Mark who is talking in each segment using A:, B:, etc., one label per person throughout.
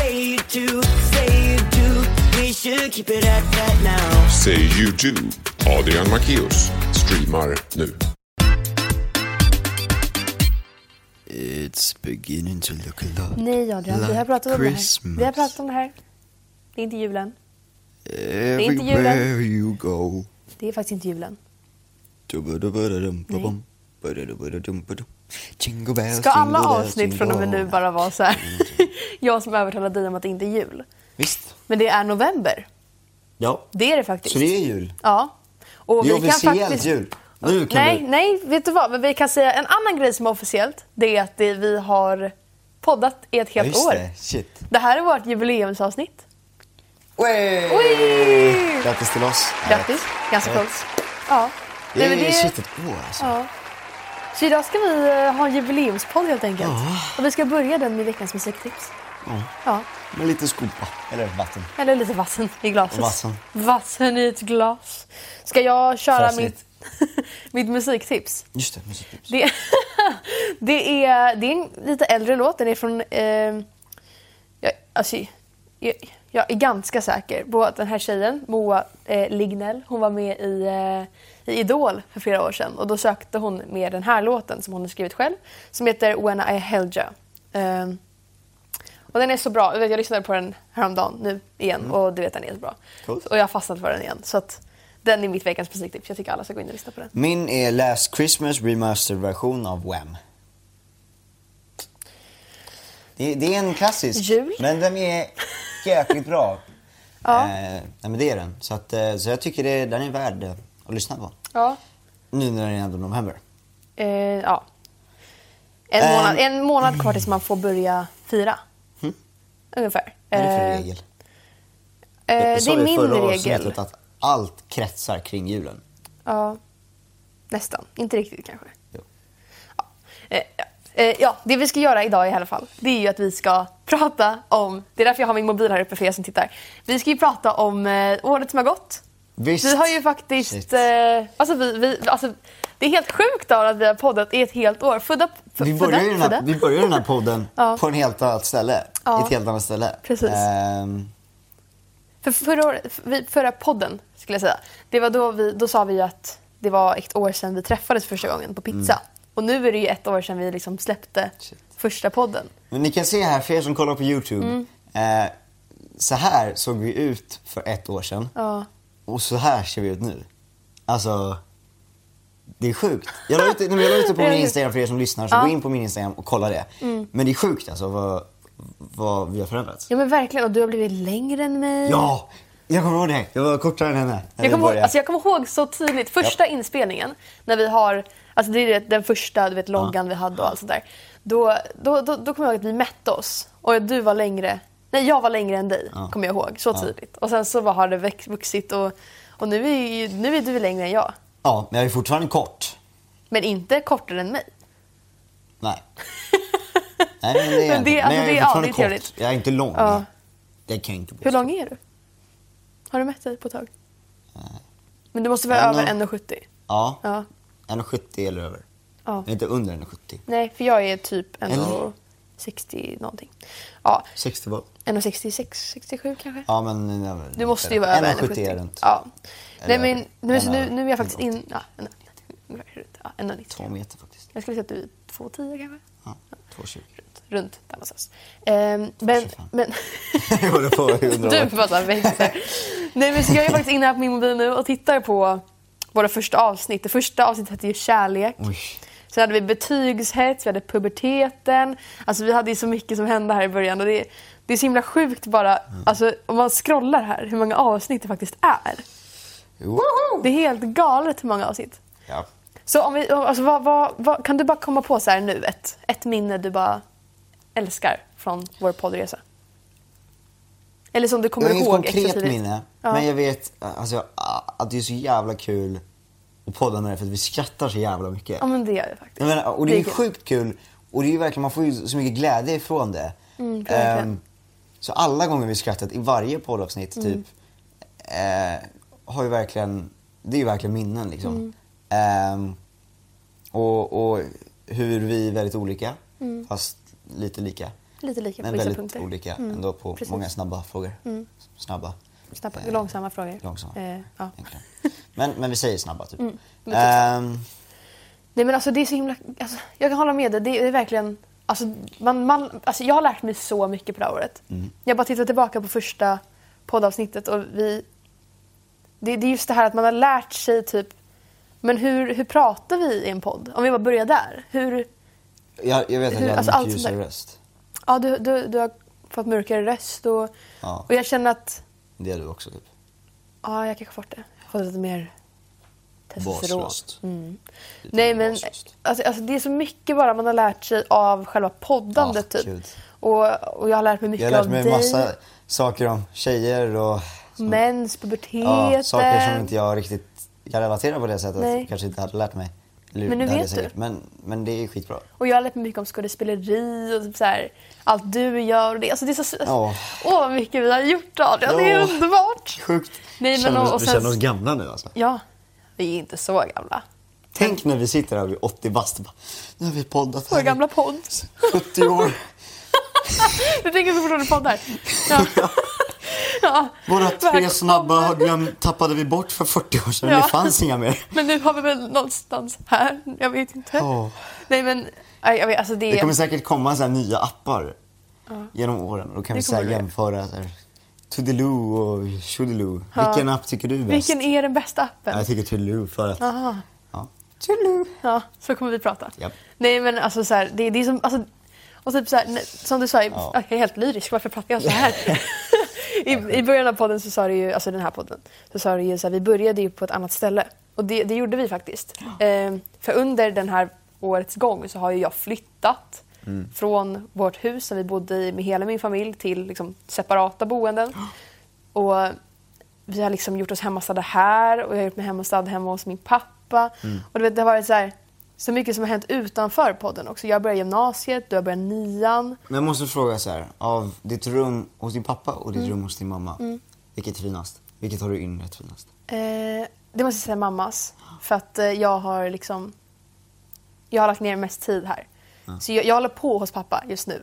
A: to, say you do. We should keep it at that now.
B: Say you do. Adrian Macchius streamar nu.
C: It's beginning to look a lot
D: Nej Adrian, vi har pratat om det här. Vi har pratat om det här. Det är inte julen. är inte julen.
C: Everywhere you go.
D: Det är faktiskt inte julen.
C: Dubba-dubba-dum-ba-bum. Ba-da-dubba-dum-ba-dum. Jingle bells,
D: Ska alla
C: jingle bells,
D: avsnitt från
C: jingle
D: och med nu
C: all.
D: bara vara så här? Jag som övertalar dig om att det inte är jul.
C: Visst.
D: Men det är november.
C: Ja.
D: Det är det faktiskt.
C: Så det är jul.
D: Ja. Och
C: Det är officiellt jul. Nu kan
D: nej,
C: vi...
D: nej, vet du vad? Men vi kan säga en annan grej som är officiellt. Det är att det, vi har poddat i ett
C: Ja,
D: helt
C: just
D: år.
C: det. Shit.
D: Det här är vårt jubileumsavsnitt.
C: Wey!
D: Ui!
C: Grattis till oss.
D: Grattis. Ganska
C: Rätt.
D: coolt. Ja.
C: Det
D: Nej,
C: är
D: men
C: shit ett år alltså.
D: ja. Så idag ska vi eh, ha en jubileumspodd helt enkelt. Och vi ska börja den med veckans musiktips. Ja.
C: Med lite skopa. Eller vatten.
D: Eller lite vatten i glaset.
C: Vassen.
D: Vassen i ett glas. Ska jag köra
C: Fräsigt.
D: mitt, mitt musiktips?
C: Just det, musiktips.
D: Det, det, är, det är en lite äldre låt. Den är från... Eh, jag, alltså, jag, jag är ganska säker på att den här tjejen, Moa eh, Lignell, hon var med i, eh, i Idol för flera år sedan. Och då sökte hon med den här låten som hon har skrivit själv, som heter When I held you. Eh, och den är så bra. Jag, vet, jag lyssnade på den häromdagen nu igen och du vet den är så bra.
C: Coolt.
D: Och jag har fastnat för den igen. Så att, den är mitt veckans musiktips. Jag tycker alla ska gå in och lyssna på den.
C: Min är Last Christmas remaster-version av Wham. Det, det är en klassisk,
D: Jul.
C: men den är jäkligt bra.
D: Ja.
C: Eh, nej, men det är den. Så, att, eh, så jag tycker det, den är värd eh, att lyssna på.
D: Ja.
C: Nu när det är ändå november.
D: Eh, ja. En,
C: Ehm. Mm.
D: månad, en månad kvar tills man får börja fira. Ungefär.
C: Vad är det för
D: Eh,
C: regel?
D: eh,
C: Jag
D: det
C: sa
D: är
C: ju
D: min
C: förra
D: regel.
C: avsnittet att allt kretsar kring julen.
D: Ja. Nästan. Inte riktigt kanske.
C: Jo.
D: Eh, ja. Eh, ja, det vi ska göra idag i alla fall, det är ju att vi ska prata om... Det är därför jag har min mobil här uppe för er som tittar. Vi ska ju prata om eh, året som har gått.
C: Visst.
D: Vi har ju
C: Shit.
D: faktiskt... Eh, alltså, vi, vi, alltså, det är helt sjukt då att vi har poddat i ett helt år. Födda, f-
C: Vi börjar ju den
D: födda.
C: här, vi börjar den här podden
D: Ja.
C: på en helt annat ställe.
D: Ja.
C: I ett helt annat ställe.
D: Precis.
C: Ehm,
D: För förra, året- för- vi- förra podden, skulle jag säga, det var då, vi, då sa vi ju att det var ett år sedan vi träffades första gången på pizza. Och nu är det ju ett år sedan vi liksom släppte
C: Mm. Shit.
D: första podden.
C: Men ni kan se här, för er som kollar på YouTube.
D: Mm.
C: Eh, så här såg vi ut för ett år sedan.
D: Ja.
C: Och så här ser vi ut nu. Alltså, det är sjukt. Jag la ut, nej, men jag la ut det på min Instagram för er som lyssnar, så gå in på min Instagram och kolla det. Men det är sjukt alltså vad, vad vi har förändrats.
D: Mm. ja, men verkligen. Och du har blivit längre än mig.
C: Ja! Jag kommer ihåg det. Jag var kortare än henne. när vi
D: Jag kommer, ihåg,
C: började.
D: alltså jag kommer ihåg så tydligt första inspelningen när vi har, alltså det är ju den första du vet, loggan vi hade och allt sånt där. Då, då, då, då kommer jag ihåg att vi mätte oss och du var längre, nej jag var längre än dig kommer jag ihåg så tydligt. Och sen så var- har det växt, vuxit och, och nu, är ju, nu är du längre än jag.
C: Ja, men jag är fortfarande kort.
D: Men inte kortare än mig.
C: Nej. Nej, men det är jag
D: Men det-
C: inte.
D: alltså,
C: Men jag
D: det- ja,
C: är fortfarande
D: det är
C: kort.
D: trevligt.
C: Jag är inte lång.
D: Ja.
C: Det kan jag inte påstå.
D: Hur lång är du? Har du mätt dig på ett tag?
C: Mm.
D: Men du måste vara
C: Ja,
D: över
C: nå-
D: 1,70?
C: Ja.
D: Ja.
C: 1,70 eller över.
D: Ja.
C: Inte under 1,70.
D: Nej, för jag är typ
C: Eller?
D: 1,60 någonting. Ja,
C: 60 var
D: 1,66, 67 kanske?
C: Ja men... nej, men-
D: Du måste ju vara över
C: 1,70 är
D: 1,70.
C: runt.
D: Ja.
C: Eller
D: Nej, men, nu, så nu, nu är jag faktiskt
C: 1,80.
D: in... Ja, en- ja,
C: 2
D: 1,90.
C: meter faktiskt.
D: Jag skulle säga att du är 2,10 kanske?
C: Ja, 2,20.
D: Runt där någonstans. Ehm, men,
C: 25.
D: men,
C: Jag håller på och undrar
D: du
C: vad-
D: bara så här växer. Nej, men så jag är faktiskt inne här på min mobil nu och tittar på våra första avsnitt. Det första avsnittet hette ju Kärlek.
C: Oj.
D: Sen hade vi betygshets, vi hade puberteten. Alltså vi hade ju så mycket som hände här i början. Och det, det är så himla sjukt bara, alltså, om man scrollar här, hur många avsnitt det faktiskt är.
C: Woho!
D: Det är helt galet hur många avsnitt.
C: Ja.
D: Så om vi, alltså, vad, vad, vad, kan du bara komma på så här nu, ett, ett minne du bara älskar från vår poddresa? Eller som du
C: Jag
D: kommer
C: har inget
D: ihåg extra
C: konkret
D: tydligt.
C: minne.
D: Ja.
C: Men jag vet alltså, att det är så jävla kul att podda med det för att vi skrattar så jävla mycket.
D: Ja men det gör jag faktiskt.
C: Jag menar, och det är ju
D: kul.
C: sjukt kul och det är ju verkligen, man får ju så mycket glädje ifrån det.
D: Mm, verkligen.
C: Ehm, så alla gånger vi skrattat i varje poddavsnitt
D: Mm.
C: typ eh, har ju verkligen, det är ju verkligen minnen liksom.
D: Mm.
C: Ehm, och, och hur vi är väldigt olika fast lite lika.
D: lite lika Mm. på
C: Men
D: vissa
C: väldigt
D: punkter. Mm.
C: olika ändå på
D: precis. Mm.
C: många snabba frågor. Snabba.
D: Snabba,
C: eh,
D: långsamma frågor.
C: långsamma.
D: Eh, ja.
C: egentligen. Men, men vi säger snabba typ.
D: men typ
C: Ehm,
D: Nej men alltså det är så himla... Alltså, jag kan hålla med dig. Det är verkligen... Alltså, man, man, alltså, jag har lärt mig så mycket på det här året. Jag bara tittar tillbaka på första poddavsnittet och vi... Det, det är just det här att man har lärt sig typ... Men hur, hur pratar vi i en podd? Om vi bara börjar där. Hur...
C: jag, jag vet att
D: Hur-
C: jag hade
D: alltså,
C: mycket
D: allt sånt
C: ljusare
D: där.
C: röst.
D: Ja, du, du, du har fått mörkare röst och,
C: Ja.
D: och jag känner att...
C: Det är du också typ.
D: Ja, jag kanske har fått det. Jag har fått lite mer testosteron.
C: Basröst. Lite
D: Mm. Nej
C: mer
D: men
C: basröst.
D: alltså, alltså, det är så mycket bara man har lärt sig av själva poddandet
C: Ja, Ah, gud.
D: typ. Och, och jag har lärt mig mycket
C: Jag har lärt
D: av
C: mig
D: dig.
C: massa saker om tjejer och som-
D: Mens, puberteten.
C: ja, saker som inte jag riktigt kan relatera på det sättet.
D: Nej.
C: Kanske inte hade lärt mig. Eller,
D: Men nu
C: det hade
D: vet
C: jag
D: du.
C: säkert. Men, men det är skitbra.
D: Och jag har lärt mig mycket om skådespeleri och typ så här, allt du gör. Och det. Alltså, det är så...
C: Ja.
D: Åh vad mycket vi har gjort av det. Det är
C: Ja.
D: underbart.
C: Sjukt.
D: Nej, men
C: känner,
D: och-
C: oss-
D: och
C: vi
D: sen-
C: känner oss gamla nu alltså.
D: Ja, vi är inte så gamla.
C: Tänk när vi sitter här och vi är 80 bast och bara, nu har vi poddat
D: Vår
C: här i
D: gamla podd.
C: 70 år.
D: Du tänker på när du poddar? Ja. ja.
C: Våra tre
D: Välkommen.
C: snabba har glömt, tappade vi bort för 40 år sedan.
D: Ja.
C: Det fanns inga mer.
D: Men nu har vi väl någonstans här. Jag vet inte.
C: Ja.
D: Nej men, aj, jag vet, alltså det...
C: Det kommer säkert komma så här nya appar genom åren. Då kan vi
D: Det
C: så här
D: kommer det.
C: jämföra så här, Toodiloo och Shoodiloo. Vilken app tycker du är bäst?
D: Vilken är den bästa
C: Ja,
D: appen?
C: Jag tycker Toodiloo för att...
D: Aha.
C: Ja. Toodiloo.
D: Ja, så kommer vi prata.
C: Japp.
D: Nej men alltså så här, det, det är som, alltså, och typ så här, nej, som du sa, i-
C: Ja.
D: jag är helt lyrisk, varför pratar jag så här? I, I början av podden så sa du ju, alltså den här podden, så sa du ju så här, vi började ju på ett annat ställe. Och det, det gjorde vi faktiskt. Ehm, för under den här årets gång så har ju jag flyttat från vårt hus som vi bodde i med hela min familj till liksom, separata boenden. Och vi har liksom gjort oss hemmastadda här och jag har gjort mig hemmastad hemma hos min pappa. Och du vet, det har varit så, här, så mycket som har hänt utanför podden också. Jag började gymnasiet, du har börjat nian.
C: Men jag måste fråga så här. Av ditt rum hos din pappa och
D: Mm.
C: ditt rum hos din mamma. Vilket är finast? Vilket har du inrett finast?
D: Eh, det måste jag säga mammas. För att eh, jag har liksom... Jag har lagt ner mest tid här. Så jag, jag håller på hos pappa just nu.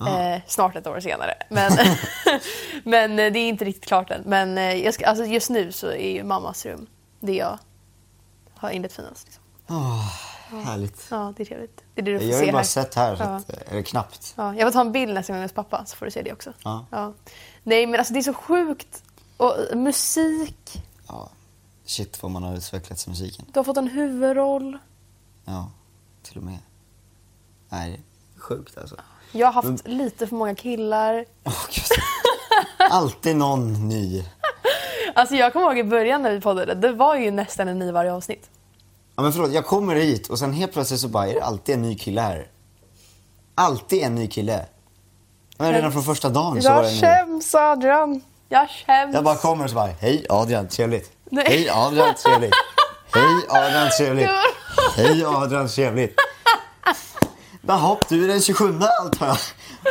D: Eh, snart ett år senare. Men, men eh, det är inte riktigt klart än. Men eh, jag ska, alltså just nu så är ju mammas rum det jag har inrett finast. Liksom.
C: Åh, Ah, härligt.
D: Ja, det är trevligt. Det är det du får
C: Jag har
D: se
C: ju bara
D: här.
C: sett här, så
D: Ja.
C: att, eh, eller knappt.
D: Ja, jag får ta en bild nästa gång hos pappa så får du se det också.
C: Ja.
D: Nej men alltså det är så sjukt. Och eh, musik,
C: Ja. Shit vad man har utvecklats i musiken.
D: du har fått en huvudroll.
C: Ja, till och med. Nej, det är sjukt alltså.
D: Jag har haft lite för många killar.
C: Åh, gud. Alltid någon ny.
D: Alltså jag kommer ihåg i början när vi poddade, det var ju nästan en ny varje avsnitt.
C: Ja, men förlåt, jag kommer hit och sen helt plötsligt så bara är det alltid en ny kille här. Alltid en ny kille. Men redan från första dagen så var det en
D: Jag
C: ny.
D: skäms Adrian. Jag skäms.
C: Jag bara kommer och så bara, hej Adrian, trevligt.
D: Nej.
C: Hej Adrian, trevligt. Hej Adrian, trevligt. Hej Adrian, trevligt. Jaha, du är den 27 antar jag.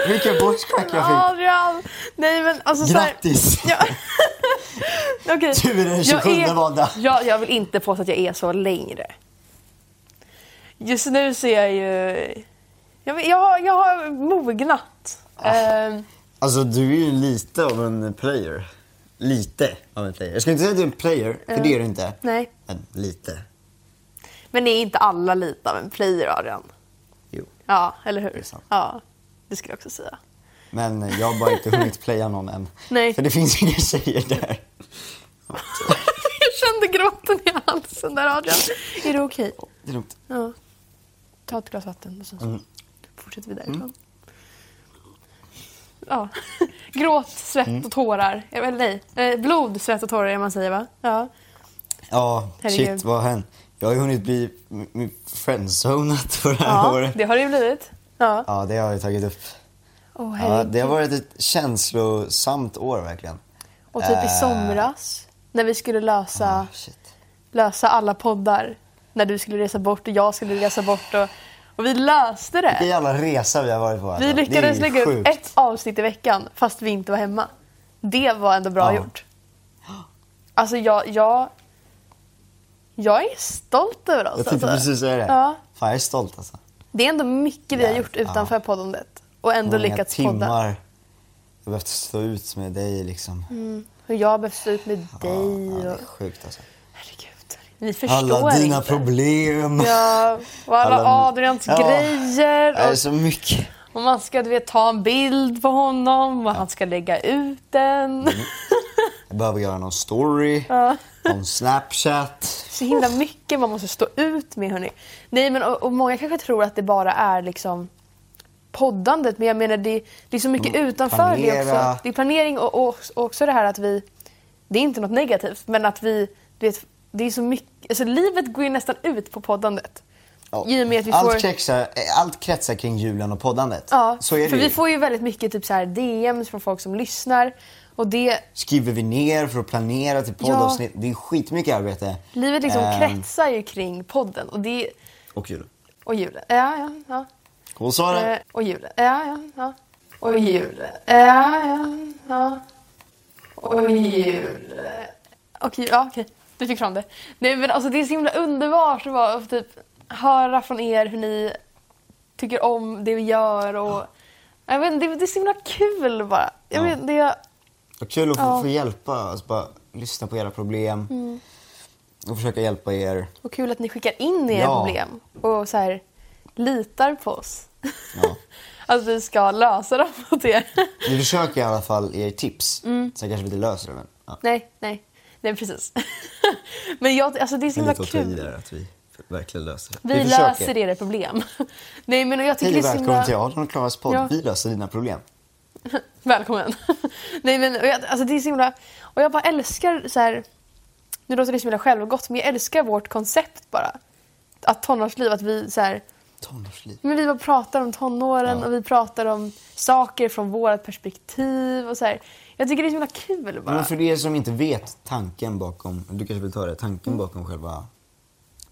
C: Vilken bushcrack jag fick.
D: Adrian! Nej men alltså så här-
C: Grattis!
D: Ja. Okej.
C: Du är den
D: Jag
C: 27 valda.
D: Jag, jag vill inte påstå att jag är så längre. Just nu så är jag ju... Jag, vet- jag, har- jag har mognat.
C: Ah.
D: Ehm,
C: Alltså du är ju lite av en player. Lite av en player. Jag skulle inte säga att du är en player, för det är du inte.
D: Eh, nej.
C: Men lite.
D: Men är inte alla lite av en player, Adrian?
C: Jo.
D: Ja, eller hur? Det
C: är sant.
D: Ja, det skulle jag också säga.
C: Men jag har bara inte hunnit playa någon än.
D: Nej.
C: För det finns inga tjejer där.
D: jag kände gråten i halsen där, Adrian. Är det okej?
C: Det är lugnt.
D: Ja. Mm. Ta ett glas vatten och sen så fortsätter vi därifrån. Ja. Gråt, svett och tårar. Eller nej, eh, blod, svett och tårar är det man säger va? Ja.
C: Ja,
D: Herregud.
C: shit vad har hänt? Jag har ju hunnit bli m- m- friendzonat för det här
D: ja
C: året.
D: det har det ju blivit. Ja.
C: Ja, det har jag ju tagit upp.
D: Åh,
C: Ja,
D: herregud.
C: det har varit ett känslosamt år verkligen.
D: Och typ i
C: Eh,
D: somras när vi skulle lösa,
C: ah, shit.
D: lösa alla poddar. När du skulle resa bort och jag skulle resa bort. Och, och vi löste det.
C: Det är alla resa vi har varit på. alltså.
D: Vi
C: Det är
D: lyckades
C: ju
D: lägga upp
C: sjukt.
D: ett avsnitt i veckan fast vi inte var hemma. Det var ändå bra
C: Ja.
D: gjort. Alltså jag, jag... Jag är stolt över oss.
C: Jag tänkte
D: alltså.
C: precis säga det.
D: Ja.
C: Fan, jag är stolt alltså.
D: Det är ändå mycket vi har
C: Ja,
D: gjort utanför poddandet. Och ändå
C: Hur många
D: lyckats podda.
C: timmar jag behövt stå ut med dig liksom.
D: Hur jag har behövt stå ut med
C: Ja, ja,
D: Mm, dig
C: det
D: och...
C: är sjukt alltså.
D: Herregud. Ni förstår
C: Alla dina
D: inte.
C: problem.
D: Ja, och alla
C: Alla-
D: Adrians
C: Ja.
D: grejer.
C: Det är
D: Och,
C: så mycket.
D: och man ska du vet, ta en bild på honom och han ska lägga ut den.
C: Mm. Jag behöver göra någon story, någon snapchat.
D: Så himla mycket man måste stå ut med hörni. Nej men och, och många kanske tror att det bara är liksom poddandet men jag menar det, det är så mycket
C: Mm,
D: utanför det
C: planera.
D: också. Det är planering och, och, och också det här att vi, det är inte något negativt men att vi, du vet, det är så mycket, alltså livet går ju nästan ut på poddandet.
C: Ja.
D: I och med att vi får...
C: allt, kretsar, allt kretsar kring julen och poddandet.
D: Ja,
C: så är det
D: för
C: ju.
D: vi får ju väldigt mycket typ så här DMs från folk som lyssnar. Och det,
C: Skriver vi ner för att planera till poddavsnitt. Det är skitmycket arbete.
D: livet liksom
C: Ehm,
D: kretsar ju kring podden och, det,
C: Och jul.
D: och julen. Ja, ja, ja.
C: Hon sa
D: Eh,
C: det.
D: Och julen. Ja, ja, ja. Och julen. Ja, ja, ja. Och julen. Okej, ja, okej. Du fick fram det. Nej, men alltså, det är så himla underbart att bara, typ, höra från er hur ni tycker om det vi gör. Och, jag vet, inte, det, det är så himla kul bara. Jag vet, det,
C: Och kul att få,
D: Ja. Mm.
C: få hjälpa. Alltså bara lyssna på era problem. Och försöka hjälpa er.
D: och kul att ni skickar in era
C: Ja.
D: problem och så här, litar på oss.
C: Ja.
D: att vi ska lösa dem åt er.
C: Vi försöker i alla fall ge er tips.
D: Mm.
C: Sen kanske vi inte löser det men. Ja.
D: Nej, nej. Nej, precis. men jag, alltså, det är så himla kul.
C: att vi verkligen löser det.
D: Vi, löser era problem. nej, men och jag tycker
C: Hej och
D: det är så
C: välkommen
D: himla...
C: till Adrian och Klaras podd.
D: Ja.
C: Vi löser dina problem.
D: Välkommen. nej, men och jag, alltså, det är så himla... Och jag bara älskar så här... Nu låter det så himla självgott, men jag älskar vårt koncept bara. Att tonårsliv, att vi så här...
C: Tonårsliv.
D: Men vi bara pratar om tonåren
C: Ja.
D: och vi pratar om saker från vårt perspektiv och så här. Jag tycker det är så himla kul bara.
C: Men för er som inte vet tanken bakom, du kanske vill ta det,
D: Mm.
C: tanken bakom själva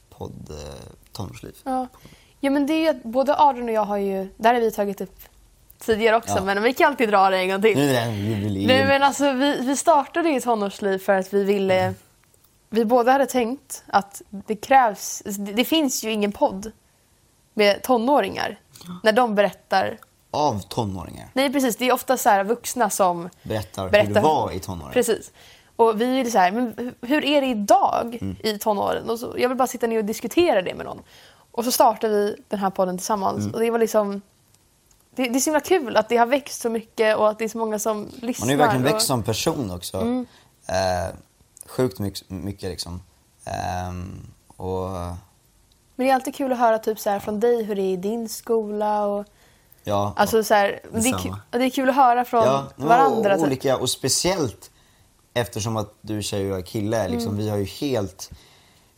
C: podd eh, Tonårsliv.
D: Ja. ja, men det är ju att både Adrian och jag har ju, där har vi tagit upp tidigare också,
C: Ja.
D: men vi kan alltid dra det en gång till.
C: Nu är det här jubileum.
D: Nej, men alltså vi, vi startade ju tonårsliv för att vi ville, vi båda hade tänkt att det krävs, det, det finns ju ingen podd med tonåringar när de berättar.
C: Av tonåringar.
D: Nej precis, det är ofta så här vuxna som
C: Berättar hur
D: berättar
C: det var i tonåren.
D: Precis. Och vi vill så här, men hu- hur är det idag
C: Mm.
D: i tonåren? Och så, jag vill bara sitta ner och diskutera det med någon. Och så startade vi den här podden tillsammans.
C: Mm.
D: Och det var liksom... Det, det är så himla kul att det har växt så mycket och att det är så många som lyssnar.
C: Man har ju verkligen
D: och,
C: växt som person också.
D: Mm.
C: Eh, sjukt mycket, mycket liksom. Ehm, och
D: Men det är alltid kul att höra typ så här från dig hur det är i din skola. Och,
C: ja.
D: alltså så här, det, är, ku-
C: detsamma.
D: det är kul att höra från
C: Ja, men
D: varandra.
C: Och,
D: typ.
C: olika, och speciellt eftersom att du är tjej och jag är kille.
D: Mm.
C: Liksom, Vi har ju helt,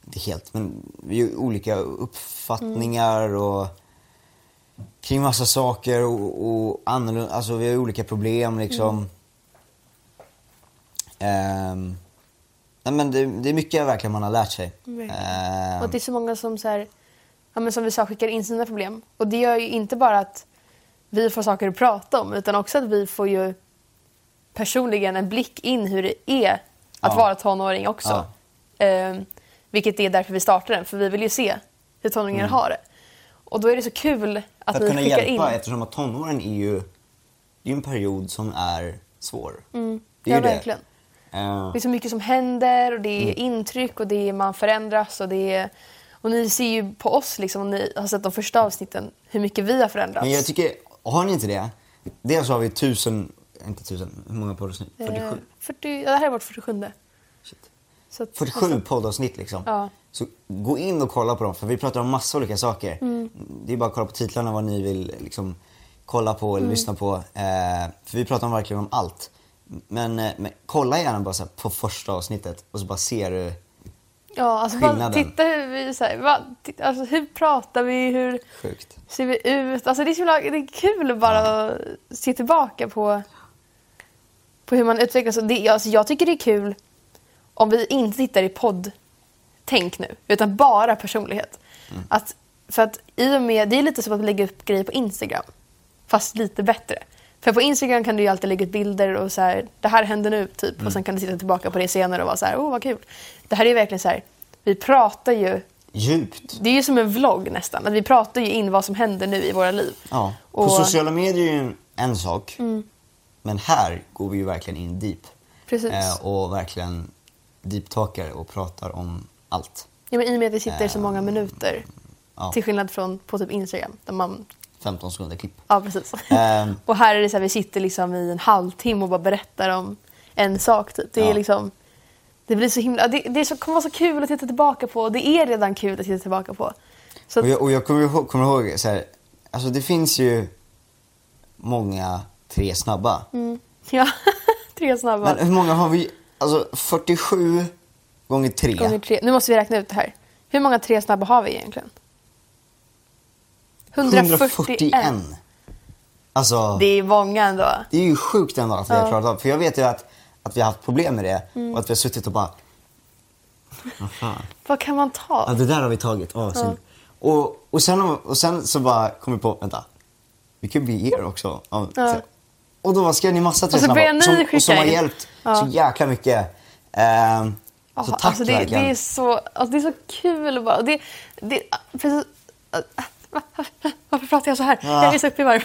C: inte helt, men vi har ju olika uppfattningar och kring massa saker och, och annorlunda, alltså vi har ju olika problem liksom.
D: Mm.
C: Ehm, nej, men det, det är mycket verkligen man har lärt sig.
D: Verkligen.
C: Ehm,
D: Och att det är så många som, så här, ja, men som vi sa skickar in sina problem. Och det gör ju inte bara att vi får saker att prata om utan också att vi får ju personligen en blick in hur det är att
C: Ja.
D: vara tonåring också. Ehm, vilket är därför vi startade den, för vi vill ju se hur tonåringar har det. Och då är det så kul att,
C: för
D: ni
C: Mm. att kunna
D: skickar
C: hjälpa
D: in.
C: eftersom att tonåren är ju, det är ju en period som är svår. Det är
D: Mm. ja,
C: ju det.
D: verkligen.
C: Ehm,
D: Det är så mycket som händer och det är
C: Mm.
D: intryck och det är man förändras och det är... Och ni ser ju på oss liksom, och ni har sett de första avsnitten, hur mycket vi har förändrats.
C: Men jag tycker, har ni inte det? Dels har vi tusen, inte tusen, hur många poddavsnitt? 47?
D: Eh, 40, ja, det här är vårt 47.
C: Shit.
D: Så att,
C: 47 poddavsnitt liksom.
D: Ja.
C: Så gå in och kolla på dem för vi pratar om massa olika saker.
D: Mm.
C: Det är bara att kolla på titlarna vad ni vill liksom, kolla på
D: Mm.
C: eller lyssna på. Eh, för vi pratar om verkligen om allt. Men, eh, men kolla gärna bara så här, på första avsnittet och så bara ser du.
D: ja, alltså, bara,
C: skillnaden.
D: titta hur vi... Så här, va, titt- alltså, hur pratar vi? Hur
C: Sjukt.
D: ser vi ut? Alltså, det, är så himla, det är kul bara att se tillbaka på, på hur man utvecklas. Och det, alltså, jag tycker det är kul om vi inte tittar i podd-tänk nu, utan bara personlighet.
C: Mm.
D: Att, för att i och med, det är lite som att lägga upp grejer på Instagram, fast lite bättre. För på Instagram kan du ju alltid lägga ut bilder och så här, det här hände nu, typ.
C: Mm.
D: Och sen kan du titta tillbaka på det senare och vara så här, oh vad kul. Det här är ju verkligen så här, vi pratar ju
C: djupt.
D: Det är ju som en vlogg nästan. Att vi pratar ju in vad som händer nu i våra liv.
C: Ja. På
D: Och- Mm.
C: sociala medier är ju en, en sak, men här går vi ju verkligen in deep.
D: Precis.
C: Eh, och verkligen deep-talkar och pratar om allt.
D: Ja, men I och med att vi sitter så många minuter.
C: Eh, Ja.
D: Till skillnad från på typ Instagram. Där man,
C: 15 sekunder klipp.
D: ja, precis.
C: Ehm.
D: och här är det så här, vi sitter liksom i en halvtimme och bara berättar om en sak. Typ. Det är
C: Ja.
D: liksom... Det blir så himla... ja, Det, det är så, kommer vara så kul att titta tillbaka på. Det är redan kul att titta tillbaka på. Så att,
C: Och jag, och jag kommer ihåg, kommer ihåg så här, alltså det finns ju många tre snabba.
D: ja, Mm, tre snabba.
C: Men hur många har vi? Alltså 47 gånger 3.
D: Gånger tre. Nu måste vi räkna ut det här. Hur många tre snabba har vi egentligen?
C: 141. Alltså,
D: Det är många ändå.
C: det är ju sjukt ändå att vi
D: Ja.
C: har klarat av. För jag vet ju att, att vi har haft problem med det och att vi har suttit och bara,
D: Vad kan man ta?
C: ja det där har vi tagit, oh, synd. Och, och, sen, och sen så bara kom vi på, vänta, vi kan bli er också. Ja, så- Och då skrev ni massa tre
D: Och så
C: snabba
D: började ni
C: som,
D: skicka
C: och som har
D: in.
C: hjälpt
D: Ja.
C: så jäkla mycket. Ehm, så
D: Ja,
C: tack
D: alltså det, det,
C: verkligen.
D: är så, alltså det är så kul bara. Och Det, det, precis, varför pratar jag så här?
C: Ja.
D: Jag är så uppe i varv.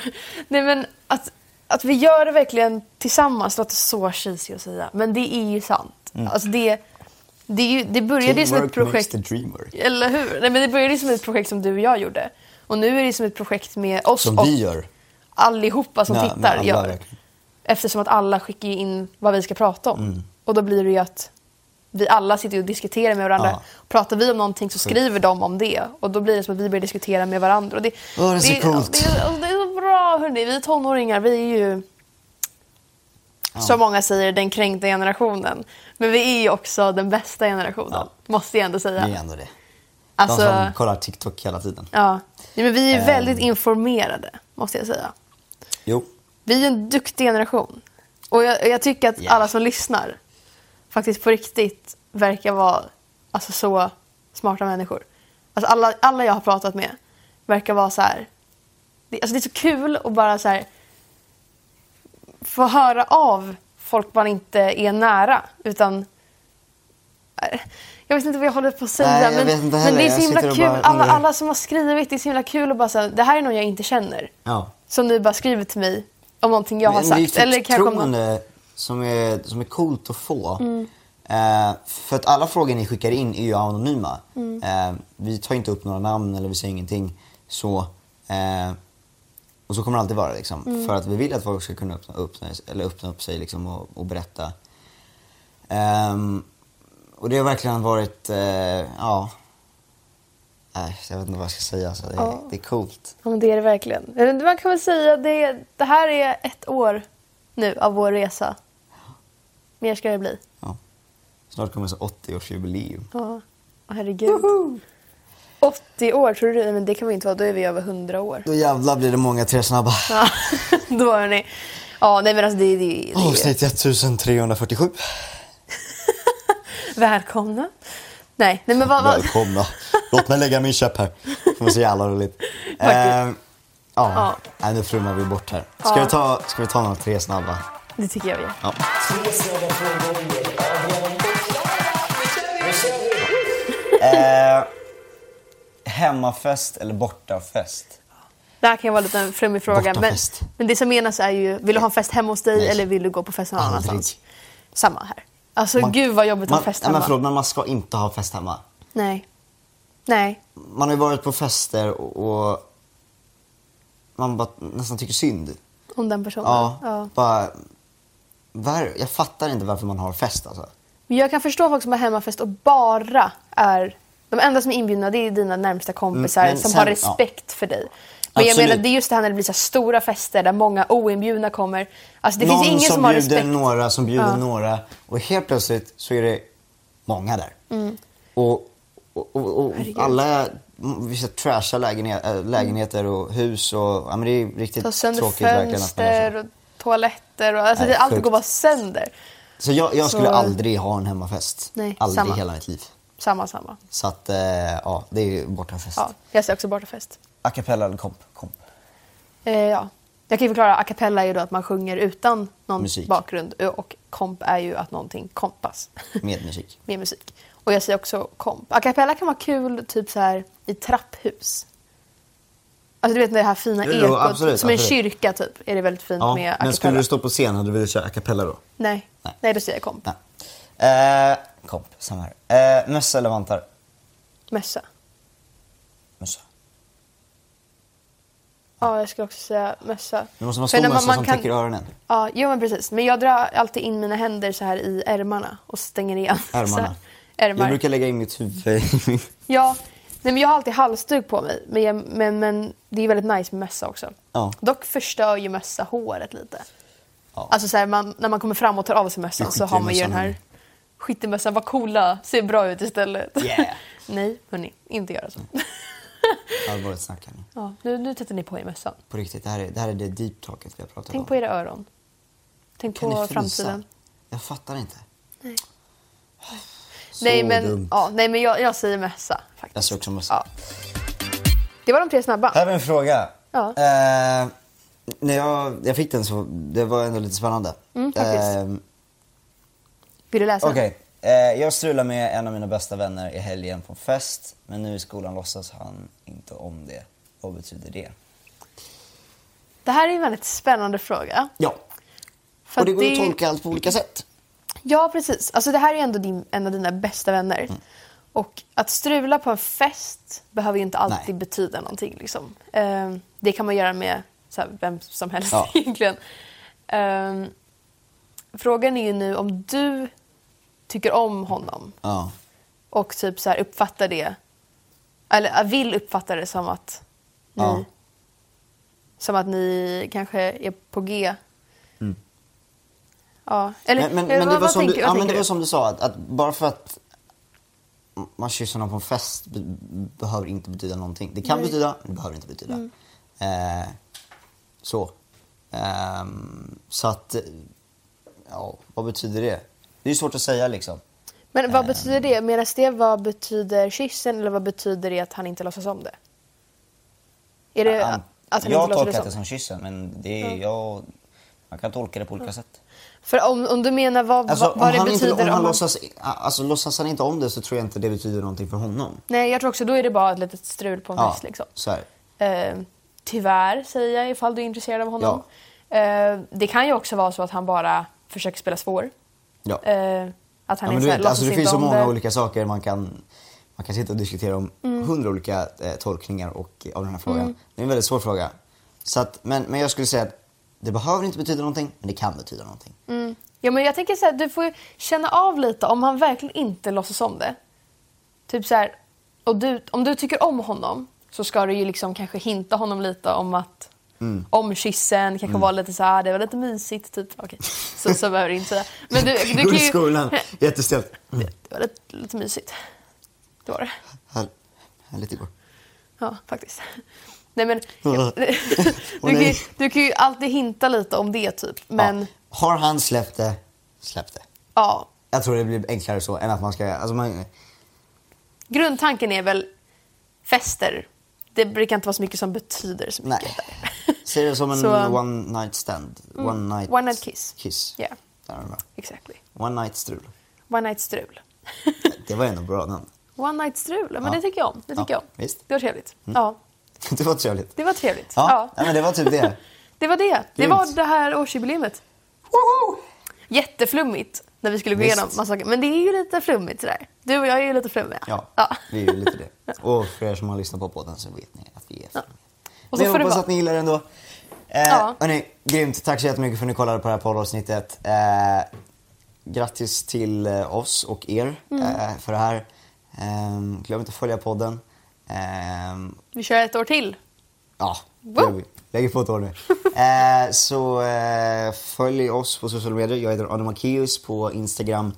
D: Nej, men att, att vi gör det verkligen tillsammans låter så cheesy att säga, men det är ju sant. Alltså det, det, är ju, det började ju som ett
C: Mm. Teamwork makes
D: projekt.
C: the dream work.
D: Eller hur? Nej, men det började ju som ett projekt som du och jag gjorde. Och nu är det som ett projekt med oss
C: Som
D: och
C: vi gör.
D: allihopa som
C: Nej, men
D: tittar
C: alla
D: gör.
C: verkligen.
D: Eftersom att alla skickar ju in vad vi ska prata om.
C: Mm.
D: Och då blir det ju att vi alla sitter ju och diskuterar med varandra.
C: Ja.
D: Pratar vi om någonting så skriver de om det. Och då blir det som att vi börjar diskutera med varandra. Och det,
C: Åh, det är så
D: det,
C: coolt.
D: Det, är- och det är så bra hörni. Vi är tonåringar. Vi är ju, som många säger, den kränkta generationen. Men vi är ju också den bästa generationen.
C: Ja.
D: Måste jag ändå säga.
C: Det är ändå det.
D: Alltså-
C: De som Ehm. kollar TikTok hela tiden.
D: Ja. Nej, men vi är väldigt informerade, måste jag säga.
C: Jo.
D: Vi är en duktig generation. Och jag, jag tycker att
C: Ja.
D: alla som lyssnar faktiskt på riktigt verkar vara alltså, så smarta människor. Alltså, alla, alla jag har pratat med verkar vara så här... Det, alltså, det är så kul att bara så här, få höra av folk man inte är nära. Utan... Jag vet inte vad jag håller på att säga.
C: Nej, jag
D: men,
C: vet inte
D: men
C: heller.
D: det är så
C: Jag
D: himla
C: sitter och
D: kul.
C: bara
D: Alla,
C: undrar.
D: alla som har skrivit, det är så himla kul att bara säga det här är någon jag inte känner
C: Ja.
D: som du bara skriver till mig om någonting jag har
C: Men det är ju
D: sagt. Eller kanske om någon...
C: förtroende eh, som är, som är coolt att få.
D: Mm.
C: Eh, för att alla frågor ni skickar in är ju anonyma.
D: Mm.
C: Eh, vi tar inte upp några namn eller vi säger ingenting. Så, eh, och så kommer det alltid vara. Liksom,
D: Mm.
C: För att vi vill att folk ska kunna öppna upp, eller öppna upp sig liksom, och, och berätta. Ehm, och det har verkligen varit, eh, ja... Nej, jag vet inte vad jag ska säga. Alltså, det,
D: Ja.
C: det är coolt.
D: Ja, men det är det verkligen. Men Man kan väl säga att det, det här är ett år nu av vår resa. Mer ska det bli.
C: Ja. Snart kommer så 80-årsjubileum.
D: Ja, Åh, herregud. 80 år, tror du? Nej, men det kan vi inte vara. Då är vi över 100 år.
C: Då jävlar blir det många tre snabba.
D: Ja, då är ni... Ja, nej men alltså det, det, det är ju...
C: Avsnitt 1347.
D: Välkomna. Nej, nej men vad... vad...
C: Välkomna. Låt mig lägga min käpp här. Det var så jävla roligt. Ehm, ja,
D: Ja.
C: Nej, nu trummar vi bort här. Ska,
D: Ja.
C: vi ta, ska vi ta några tre snabba?
D: Det tycker jag vi gör.
C: Ja. Ehm, hemmafest eller bortafest?
D: Det här kan ju vara lite en flummig fråga. Men,
C: Bortafest.
D: men det som menas är ju, vill du ha en fest hemma hos dig
C: Nej.
D: eller vill du gå på fest någon
C: Aldrig.
D: annanstans? Samma här. Alltså gud vad jobbigt att ha
C: man,
D: fest
C: nej,
D: hemma.
C: men förlåt, men man ska inte ha fest hemma.
D: Nej. Nej.
C: Man har ju varit på fester och, och man bara nästan tycker synd.
D: Om den personen.
C: Ja,
D: Ja.
C: bara... Var, jag fattar inte varför man har fest alltså.
D: Men jag kan förstå folk som har hemmafest och bara är... De enda som är inbjudna det är dina närmsta kompisar
C: Mm, men
D: som
C: sen-
D: har respekt för dig. Men jag
C: Absolut.
D: menar det är just det här när det blir så här stora fester där många oinbjudna kommer. Alltså det
C: Någon
D: finns ingen
C: som,
D: som har
C: bjuder
D: respekt.
C: några som bjuder
D: Ja.
C: några och helt plötsligt så är det många där. Och, och, och, och
D: Mm. Herregud.
C: alla mm, vissa trasha lägenhet, äh, lägenheter och hus och ja, men det är riktigt
D: Ta sönder
C: tråkigt verkligen att man gör
D: fönster
C: så.
D: och toaletter och alltså
C: Nej,
D: det, allt
C: sjukt.
D: går bara sönder.
C: Så jag, jag skulle
D: Så-
C: aldrig ha en hemmafest.
D: Nej,
C: aldrig
D: samma.
C: hela mitt liv.
D: Samma, samma.
C: Så att eh, ja, det är ju bortafest.
D: Ja, jag säger också bortafest.
C: A cappella eller komp? komp.
D: Eh, ja. Jag kan ju förklara, a cappella är ju då att man sjunger utan någon eh,
C: Musik.
D: bakgrund och komp är ju att någonting kompas
C: Med musik.
D: med musik. Och Och jag säger också komp. A cappella kan vara kul typ så här i trapphus. Alltså du vet det här fina
C: Jo, jo,
D: ekot.
C: absolut,
D: som en
C: absolut.
D: kyrka typ är det väldigt fint
C: Ja,
D: med a
C: men skulle
D: cappella.
C: du stå på scen hade du velat köra a cappella då?
D: Nej.
C: Nej.
D: Nej, då säger jag komp.
C: Nej. Eh, komp, samma här. Eh, mössa eller vantar?
D: Mössa.
C: Mössa.
D: Ja, jag skulle också säga mössa.
C: Det måste vara en
D: För
C: stor
D: när
C: mössa som täcker öronen.
D: Ja, jo men precis. Men jag drar alltid in mina händer så här i ärmarna och stänger igen. Så här.
C: Ärmarna.
D: Ärmar.
C: Jag brukar lägga in mitt huvud i min...
D: Ja, nej, men jag har alltid halsduk på mig. Men, jag, men, men det är väldigt nice med mössa också.
C: Ja.
D: Dock förstör ju mössa håret lite.
C: Ja.
D: Alltså så här, man, när man kommer fram och tar av sig mössan
C: Vi
D: så
C: skiter
D: har
C: i
D: man ju den
C: mössan
D: här
C: nu.
D: skyttemössan. Vad coola, ser bra ut istället.
C: Yeah. Mm.
D: nej, hörni, inte göra så.
C: Allvarligt snack här nu.
D: ja, nu, nu tittar ni på er mössan.
C: På riktigt, det här är det, här är det deep talket vi har pratat om.
D: Tänk på era öron. Tänk
C: Kan ni
D: på
C: frysa?
D: framtiden.
C: Jag fattar inte. Så
D: Nej men,
C: dumt.
D: ja, nej, men jag, jag säger mössa. Faktiskt.
C: Jag ser också mössa.
D: Ja. Det var de tre snabba.
C: Här har vi en fråga.
D: Ja.
C: Eh, när jag, jag fick den så, det var ändå lite spännande.
D: Mm, faktiskt.
C: Eh,
D: Vill du läsa?
C: Okej. Eh, jag strulade med en av mina bästa vänner i helgen på en fest, men nu i skolan låtsas han inte om det. Vad betyder det?
D: Det här är en väldigt spännande fråga.
C: Ja,
D: För
C: och det
D: att
C: går ju att tolka allt på olika sätt.
D: Ja, precis. Alltså, det här är ändå din, en av dina bästa vänner.
C: Mm.
D: Och att strula på en fest behöver ju inte
C: Nej.
D: alltid betyda någonting. Liksom. Eh, det kan man göra med så här, vem som helst
C: Ja.
D: egentligen. Eh, frågan är ju nu om du tycker om honom
C: Ja.
D: och typ så här uppfattar det, eller eh, vill uppfatta det som att ni,
C: Ja.
D: som att ni kanske är på G. Ja, eller
C: Mm. Men, men,
D: eh,
C: men,
D: vad,
C: det, var
D: vad
C: som
D: tänker,
C: du,
D: vad
C: ja, men
D: tänker
C: det
D: du?
C: var som du sa, att, att bara för att man kysser någon på en fest be, behöver inte betyda någonting. Det kan betyda, men det behöver inte betyda.
D: Mm.
C: Eh, så. Ehm, så att, eh, ja, vad betyder det? Det är ju svårt att säga liksom.
D: Men vad betyder det? Menas det vad betyder kyssen eller vad betyder det att han inte låtsas om det? Är det
C: Han-
D: att han
C: jag
D: inte låtsas
C: tolkar
D: om
C: det som kyssen, men det är, jag, man kan tolka det på olika sätt.
D: För om, om du menar vad,
C: Alltså,
D: vad, vad
C: om
D: det
C: han,
D: betyder...
C: inte, om han,
D: man-
C: Låtsas, alltså, låtsas han inte om det så tror jag inte det betyder någonting för honom.
D: Nej, jag tror också då är det bara ett litet strul på en fest. Liksom.
C: så är det.
D: Eh, tyvärr, säger jag ifall du är intresserad av honom. Eh, det kan ju också vara så att han bara försöker spela svår.
C: Ja.
D: Eh, att
C: Ja,
D: han är
C: men du
D: så
C: vet,
D: här, låtsas
C: alltså, det
D: inte
C: finns så
D: om
C: många
D: det.
C: olika saker man kan, man kan sitta och diskutera om
D: Mm.
C: hundra olika eh, tolkningar och, av den här frågan. Det är en väldigt svår fråga. Så att, men, men jag skulle säga att det behöver inte betyda någonting, men det kan betyda någonting.
D: Mm. Ja, men jag tänker så här, du får ju känna av lite om han verkligen inte låtsas om det. Typ så här, och du, om du tycker om honom så ska du ju liksom kanske hinta honom lite om att
C: Mm.
D: Om kyssen, kanske vara lite så här, "Ah, det var lite mysigt typ. Okej, så, så behöver du inte säga. Men du, du
C: Gå
D: kan
C: i
D: ju...
C: skolan, jättestelt. Mm.
D: Det var lite, lite mysigt. Det var det.
C: Här, härligt igår.
D: Ja, faktiskt. Nej men,
C: Åh,
D: du, kan ju,
C: nej.
D: du kan ju alltid hinta lite om det typ. Men,
C: Ja.
D: ja.
C: Har han släppt det, släpp det. Jag tror det blir enklare så än att man ska... Alltså man,
D: Grundtanken är väl fester. Det brukar inte vara så mycket som betyder så mycket.
C: nej. Ser det som en
D: Så- Mm.
C: one night stand. One night,
D: One night kiss.
C: kiss.
D: Ja.
C: Där har du bra.
D: Exactly.
C: One night strul.
D: One night strul.
C: Det var ändå bra namn.
D: One night strul, men
C: Ja.
D: det tycker jag om. Det tycker
C: Ja,
D: jag om.
C: visst. Mm.
D: Det var trevligt. Ja,
C: Det var trevligt.
D: det var trevligt.
C: Ja, nej, men det var typ det.
D: det var det. Det
C: Grymt.
D: var det här årsjubileet. Jätteflummigt när vi skulle gå
C: Visst.
D: igenom massa saker. Men det är ju lite flummigt sådär. Du och jag är ju lite flummiga.
C: Ja,
D: ja.
C: vi är ju lite det. Och för er som har lyssnat på podden så vet ni att vi är ja.
D: Och
C: Och
D: så
C: så Men jag
D: får det
C: hoppas
D: vara.
C: att ni gillar det ändå. Eh,
D: Ja.
C: Hörni, grymt. Tack så jättemycket för att ni kollade på det här poddavsnittet. Eh, grattis till eh, oss och er
D: Mm.
C: eh, för det här. Ehm, glöm inte att följa podden. Ehm,
D: Vi kör ett år till.
C: Ja, det
D: Wow.
C: gör vi. Lägger på ett år nu. eh, så eh, följ oss på sociala medier. Jag heter Adam Macéus på Instagram,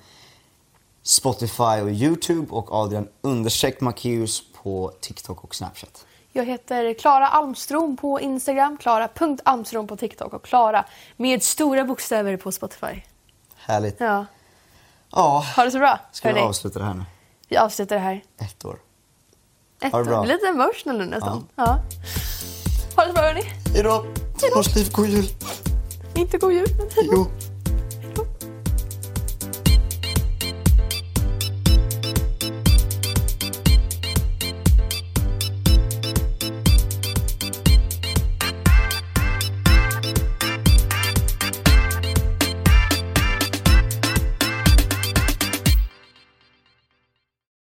C: Spotify och YouTube och Adrian understreck Macéus på TikTok och Snapchat.
D: Jag heter Klara Almstrom på Instagram, klara.almstrom på TikTok och Klara med stora bokstäver på Spotify.
C: Härligt. Ja,
D: Ja. Ha det så bra.
C: ska vi
D: hörni.
C: avsluta det här nu?
D: Vi avslutar det här.
C: Ett år.
D: Ett,
C: Ha det bra.
D: Lite emotional nu nästan. Ja. Ha det så bra hörni.
C: Hejdå! Lars liv, god jul!
D: Inte god jul. men hej då.
C: Jo.